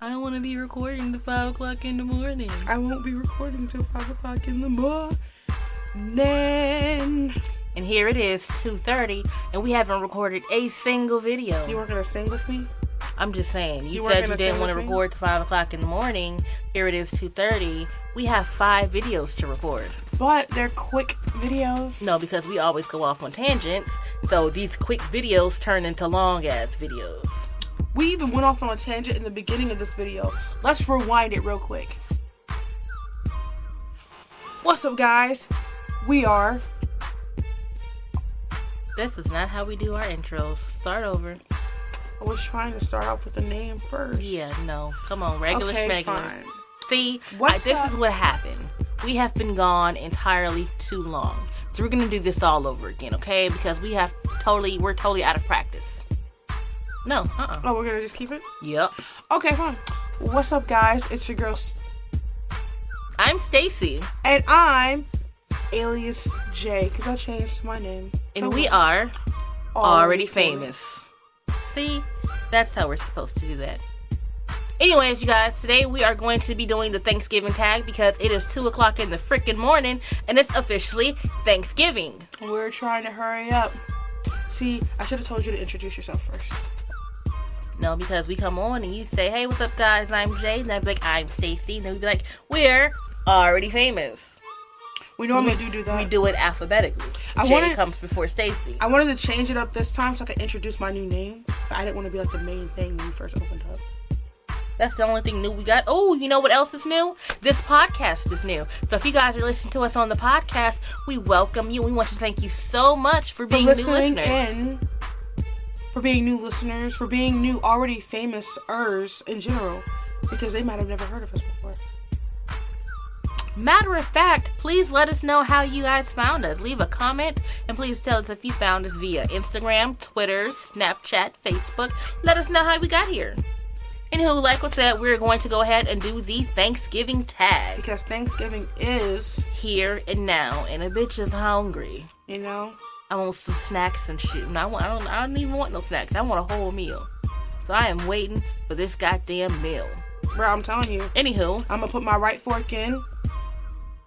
I don't want to be recording till five o'clock in the morning. I won't be recording till five o'clock in the morning. Then And here it is, two thirty, and we haven't recorded a single video. you weren't gonna sing with me. I'm just saying. You, You weren't said you gonna didn't sing want to with me? record till five o'clock in the morning. Here it is, two thirty. We have five videos to record. But they're quick videos. No, because we always go off on tangents. So these quick videos turn into long ass videos. We even went off on a tangent in the beginning of this video. Let's rewind it real quick. What's up, guys? We are. This is not how we do our intros. Start over. I was trying to start off with the name first. Yeah, no. Come on, regular Okay, schmegular. fine. See, What's I- this up? is what happened. We have been gone entirely too long. So we're gonna do this all over again, okay? Because we have totally, we're totally out of practice. No, uh-uh. Oh, we're gonna just keep it. Yep. Okay, fine. What's up, guys? It's your girl, S- I'm Stacy, and I'm alias J, cause I changed my name. So and we we're are Oh, already famous. See, that's how we're supposed to do that. Anyways, you guys, today we are going to be doing the Thanksgiving tag because it is two o'clock in the freaking morning, and it's officially Thanksgiving. We're trying to hurry up. See, I should have told you to introduce yourself first. No, because we come on and you say, "Hey, what's up, guys? I'm Jay," and I'd be like, "I'm Stacy," and then we'd be like, "We're already famous." We normally do do that. We do it alphabetically. I Jay wanted- comes before Stacy. I wanted to change it up this time so I could introduce my new name, but I didn't want to be like the main thing when we first opened up. That's the only thing new we got. Oh, you know what else is new? This podcast is new. So if you guys are listening to us on the podcast, we welcome you. We want to thank you so much for being new listeners. in, for being new listeners, for being new already famous ers in general, because they might have never heard of us before. Matter of fact, please let us know how you guys found us. Leave a comment and please tell us if you found us via Instagram, Twitter, Snapchat, Facebook. Let us know how we got here. Anywho, like I said, we're going to go ahead and do the Thanksgiving tag Because Thanksgiving is, here and now. And a bitch is hungry. you know, I want some snacks and shit. And I want I don't I don't even want no snacks. I want a whole meal. So I am waiting for this goddamn meal. bro, I'm telling you, Anywho, I'm gonna put my right fork in,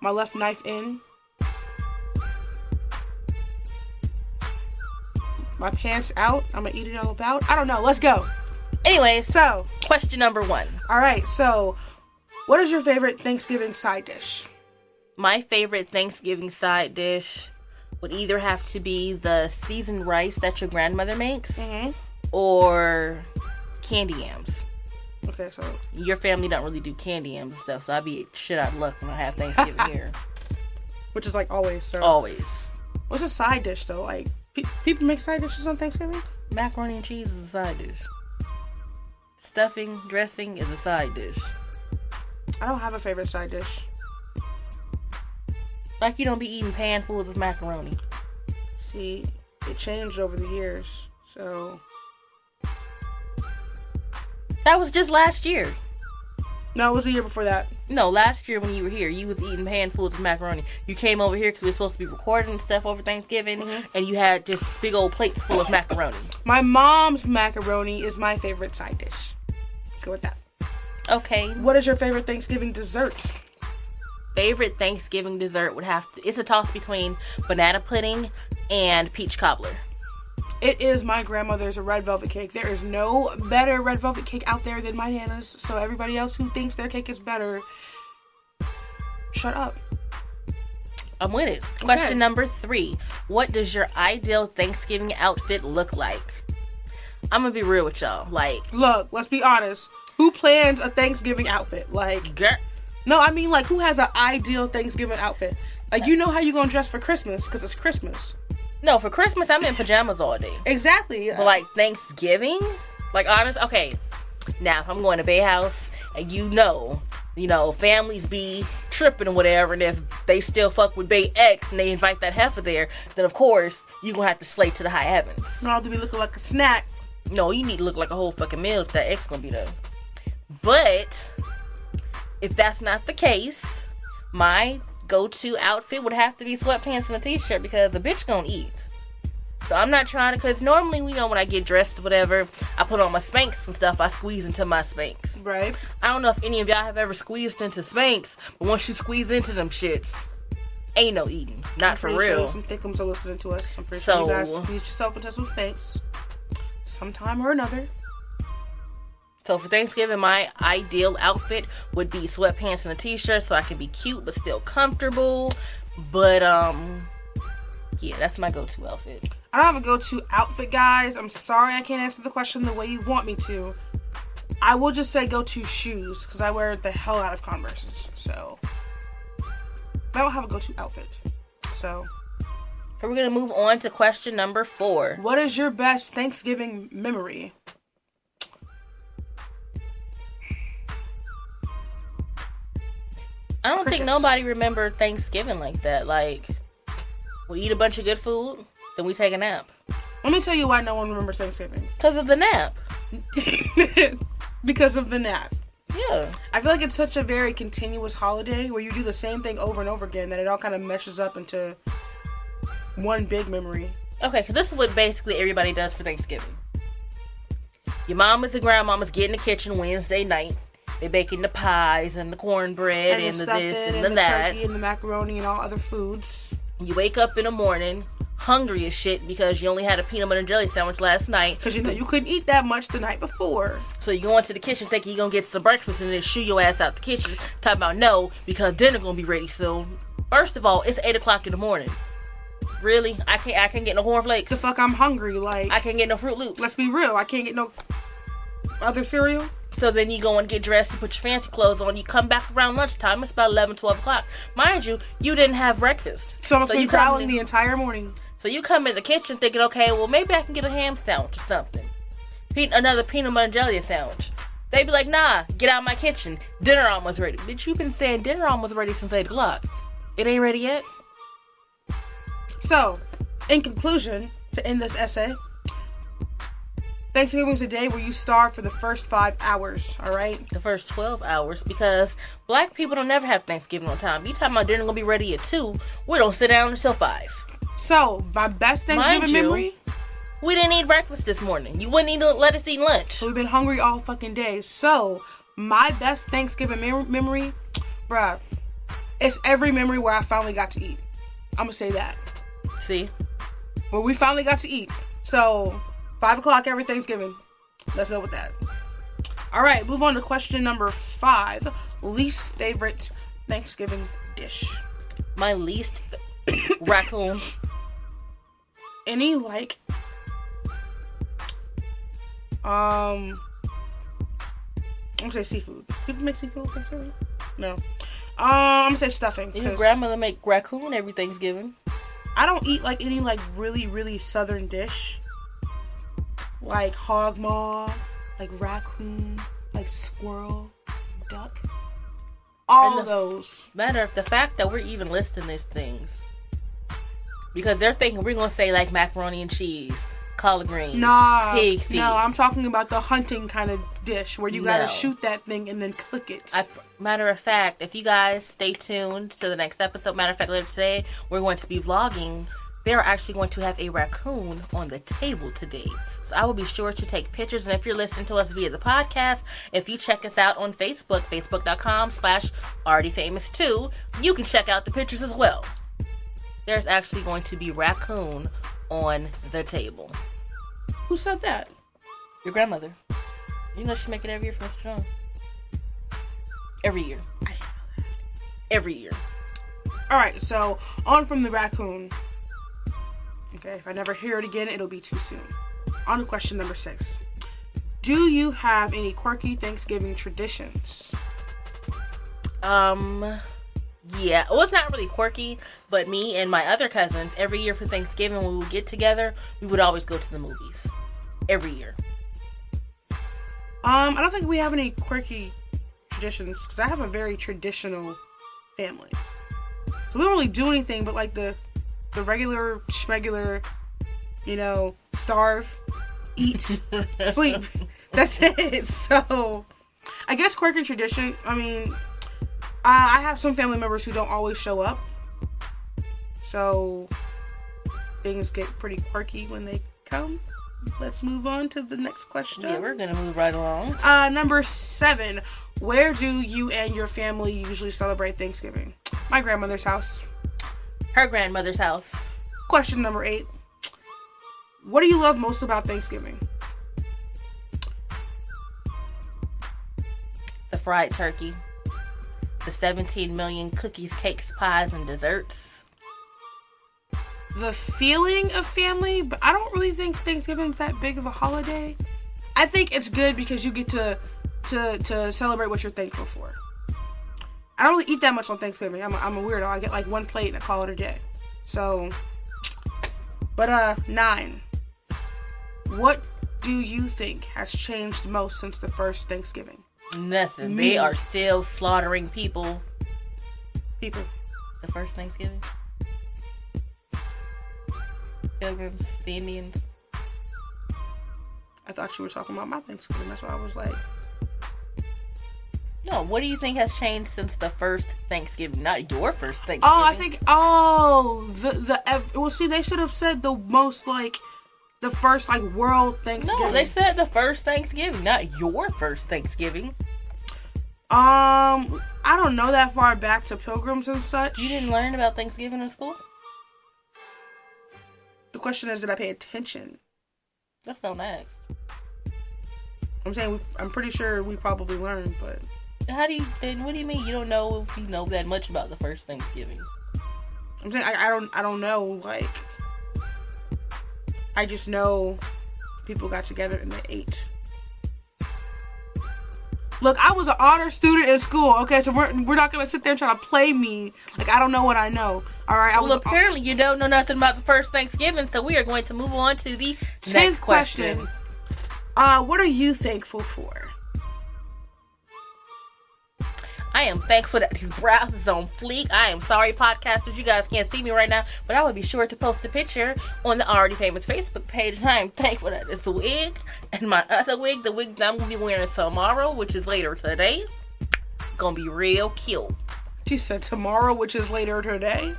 my left knife in, my pants out. I'm gonna eat it all about. I don't know. Let's go. anyways, So, question number one. all right. So, what is your favorite Thanksgiving side dish? my favorite Thanksgiving side dish would either have to be the seasoned rice that your grandmother makes Mhm. or candy yams. Okay, so Your family don't really do candy yams and stuff, so I'd be shit out of luck when I have Thanksgiving here. which is like always. So, Oh. Always. what's a side dish though? Like, pe- people make side dishes on Thanksgiving. Macaroni and cheese is a side dish. Stuffing, dressing is a side dish. I don't have a favorite side dish. Like you don't be eating panfuls of macaroni. See, it changed over the years. So, That was just last year. no, it was the year before that. No, last year when you were here, you was eating handfuls of macaroni. You came over here because we were supposed to be recording and stuff over Thanksgiving, and you had just big old plates full of macaroni. My mom's macaroni is my favorite side dish. Let's go with that. Okay. What is your favorite Thanksgiving dessert? Favorite Thanksgiving dessert would have to. It's a toss between banana pudding and peach cobbler. It is my grandmother's red velvet cake. There is no better red velvet cake out there than my nana's. So everybody else who thinks their cake is better, shut up. I'm with it. Question number three: What does your ideal Thanksgiving outfit look like? I'm gonna be real with y'all. Like, Look, let's be honest. Who plans a Thanksgiving outfit? Like, girl, no, I mean like who has an ideal Thanksgiving outfit? Like you know how you gonna dress for Christmas because it's Christmas. no, for Christmas I'm in pajamas all day. Exactly. But like Thanksgiving, like honest, okay. Now if I'm going to Bay House and you know, you know, families be tripping and whatever, and if they still fuck with Bay X and they invite that heifer there, then of course you gonna have to slay to the high heavens. you don't have to be looking like a snack. No, you need to look like a whole fucking meal if that X gonna be there. But if that's not the case, my go-to outfit would have to be sweatpants and a t-shirt because a bitch gonna eat. So I'm not trying to, cause normally, you know, when I get dressed, whatever, I put on my Spanx and stuff. I squeeze into my Spanx. Right? I don't know if any of y'all have ever squeezed into Spanx, but once you squeeze into them shits, ain't no eating. Not for Pretty sure real. Some thickums are listening to us. I'm pretty sure you guys So- squeezed yourself into some things. Sometime or another. So for Thanksgiving, my ideal outfit would be sweatpants and a t-shirt, so I can be cute but still comfortable. But um, yeah, that's my go-to outfit. I don't have a go-to outfit, guys. I'm sorry I can't answer the question the way you want me to. I will just say go-to shoes because I wear the hell out of Converse, so But I don't have a go-to outfit. So, And we're gonna move on to question number four. what is your best Thanksgiving memory? I don't think Crickets. nobody remember Thanksgiving like that. Like, we eat a bunch of good food, then we take a nap Let me tell you why no one remembers Thanksgiving. because of the nap. because of the nap. Yeah, I feel like it's such a very continuous holiday where you do the same thing over and over again that it all kind of meshes up into one big memory. okay, because this is what basically everybody does for Thanksgiving. Your mamas and grandmamas get in the kitchen Wednesday night. They baking the pies and the cornbread and, the stuffing this and, and the, that. turkey and the macaroni and all other foods. You wake up in the morning hungry as shit because you only had a peanut butter and jelly sandwich last night. Cause you know you couldn't eat that much the night before. So you go into the kitchen thinking you're gonna get some breakfast and then shoo your ass out the kitchen. Talking about no, because dinner gonna be ready soon. First of all, it's eight o'clock in the morning. Really? I can't I can't get no The cornflakes. fuck I'm hungry. Like I can't get no fruit loops. let's be real, I can't get no other cereal. So then you go and get dressed and put your fancy clothes on. You come back around lunchtime. It's about 11, 12 o'clock. Mind you, you didn't have breakfast. So I'm you going come growling in, the entire morning. so you come in the kitchen thinking, okay, well maybe I can get a ham sandwich or something. Pe- another peanut butter and jelly sandwich. They be like, nah, get out of my kitchen. Dinner almost ready. Bitch, you've been saying dinner almost ready since 8 o'clock. It ain't ready yet? So, in conclusion, to end this essay, Thanksgiving is a day where you starve for the first five hours. All right. The first 12 hours because black people don't never have Thanksgiving on time. You talking about dinner gonna be ready at 2, we don't sit down until 5. So my best Thanksgiving you, memory. We didn't eat breakfast this morning. You wouldn't even let us eat lunch. So we've been hungry all fucking day. So my best Thanksgiving mem- memory, bruh, it's every memory where I finally got to eat. I'm gonna say that. See? Well, we finally got to eat. So, five o'clock every Thanksgiving. Let's go with that. All right, move on to question number five least favorite Thanksgiving dish. My least raccoon. Any like, um, I'm gonna say seafood. People make seafood on Thanksgiving? No. Um, I'm gonna say stuffing. Your 'cause grandmother make raccoon every Thanksgiving. I don't eat like any like really really southern dish, like hog maw, like raccoon, like squirrel, duck. All And of the- those. matter of the fact that we're even listing these things because they're thinking we're gonna say like macaroni and cheese, collard greens, Nah, pig feet. no, I'm talking about the hunting kind of dish where you gotta No. shoot that thing and then cook it. I- matter of fact, if you guys stay tuned to the next episode, matter of fact, later today we're going to be vlogging. They're actually going to have a raccoon on the table today. So I will be sure to take pictures. And if you're listening to us via the podcast, if you check us out on Facebook, facebook.com slash already famous 2, you can check out the pictures as well. There's actually going to be raccoon on the table. Who said that? Your grandmother. You know she make it every year for Mr. John. Every year. Every year. All right, so on from the raccoon. Okay, if I never hear it again, it'll be too soon. On to question number six. Do you have any quirky Thanksgiving traditions? Um, yeah, well, it's not really quirky, but me and my other cousins, every year for Thanksgiving, when we would get together, we would always go to the movies. Every year. Um, I don't think we have any quirky traditions because I have a very traditional family, so we don't really do anything but like the the regular schmegular, you know, starve, eat, sleep. That's it. So, I guess quirky tradition. I mean, I, I have some family members who don't always show up, so things get pretty quirky when they come. Let's move on to the next question. Yeah, we're gonna move right along. Uh, number seven. Where do you and your family usually celebrate Thanksgiving? My grandmother's house. Her grandmother's house. Question number eight. What do you love most about Thanksgiving? The fried turkey. The 17 million cookies, cakes, pies, and desserts. The feeling of family, but I don't really think Thanksgiving's that big of a holiday. I think it's good because you get to to to celebrate what you're thankful for. I don't really eat that much on Thanksgiving. I'm a, I'm a weirdo. I get like one plate and I call it a day. So, but uh, nine. What do you think has changed most since the first Thanksgiving? Nothing. Me. They are still slaughtering people. People, The first Thanksgiving. Pilgrims, the Indians. I thought you were talking about my Thanksgiving. That's why I was like, No, what do you think has changed since the first Thanksgiving? Not your first Thanksgiving. oh, I think, oh, the the ev- well, see, they should have said the most like the first like world Thanksgiving. No, they said the first Thanksgiving, not your first Thanksgiving. um, I don't know that far back to pilgrims and such. You didn't learn about Thanksgiving in school? The question is, did I pay attention? That's not next. I'm saying we, I'm pretty sure we probably learned, but How do you then what do you mean you don't know if you know that much about the first Thanksgiving? I'm saying I, I don't I don't know like I just know people got together and they ate. Look, I was an honor student in school. Okay, so we're, we're not gonna sit there and try to play me like I don't know what I know. All right, I was Well an apparently you don't know nothing about the first Thanksgiving, so we are going to move on to the next Tenth question. question. Uh, what are you thankful for? I am thankful that these brows is on fleek. I am sorry, podcasters, you guys can't see me right now, but I will be sure to post a picture on the already famous Facebook page. And I am thankful that it's a wig and my other wig, the wig that I'm gonna be wearing tomorrow, which is later today, gonna be real cute. She said tomorrow, which is later today.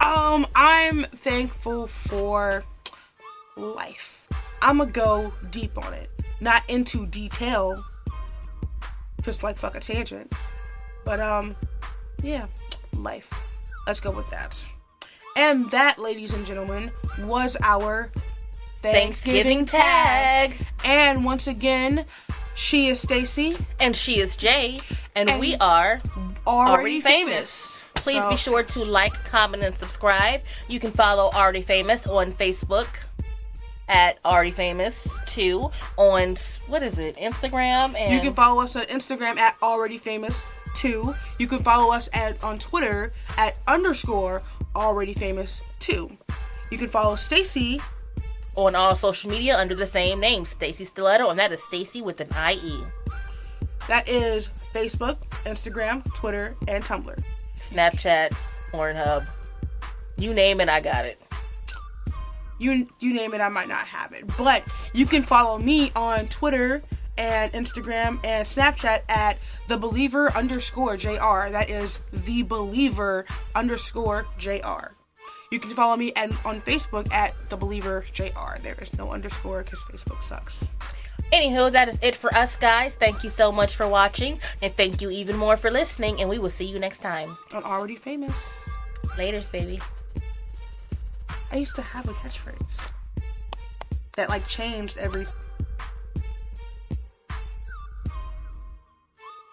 Um, I'm thankful for life. I'ma go deep on it. Not into detail. Just like fuck a tangent. But um, yeah, life. Let's go with that. And that, ladies and gentlemen, was our Thanksgiving tag. And once again, she is Stacy. And she is Jay, and, And- we are Already, Already Famous. Please So- be sure to like, comment, and subscribe. You can follow Already Famous on Facebook at Already Famous 2 on what is it? Instagram and You can follow us on Instagram at already famous two. You can follow us at on Twitter at underscore already famous two. You can follow Stacy on all social media under the same name, Stacy Stiletto, and that is Stacy with an I E. that is Facebook, Instagram, Twitter, and Tumblr. Snapchat, Pornhub, you name it, I got it. You you name it, I might not have it, but you can follow me on Twitter and Instagram and Snapchat at the believer underscore jr. That is the believer underscore jr. You can follow me and on Facebook at the believer jr. There is no underscore because Facebook sucks. Anywho, that is it for us, guys. Thank you so much for watching, and thank you even more for listening. And we will see you next time. I'm already famous. Laters, baby. I used to have a catchphrase that like changed every.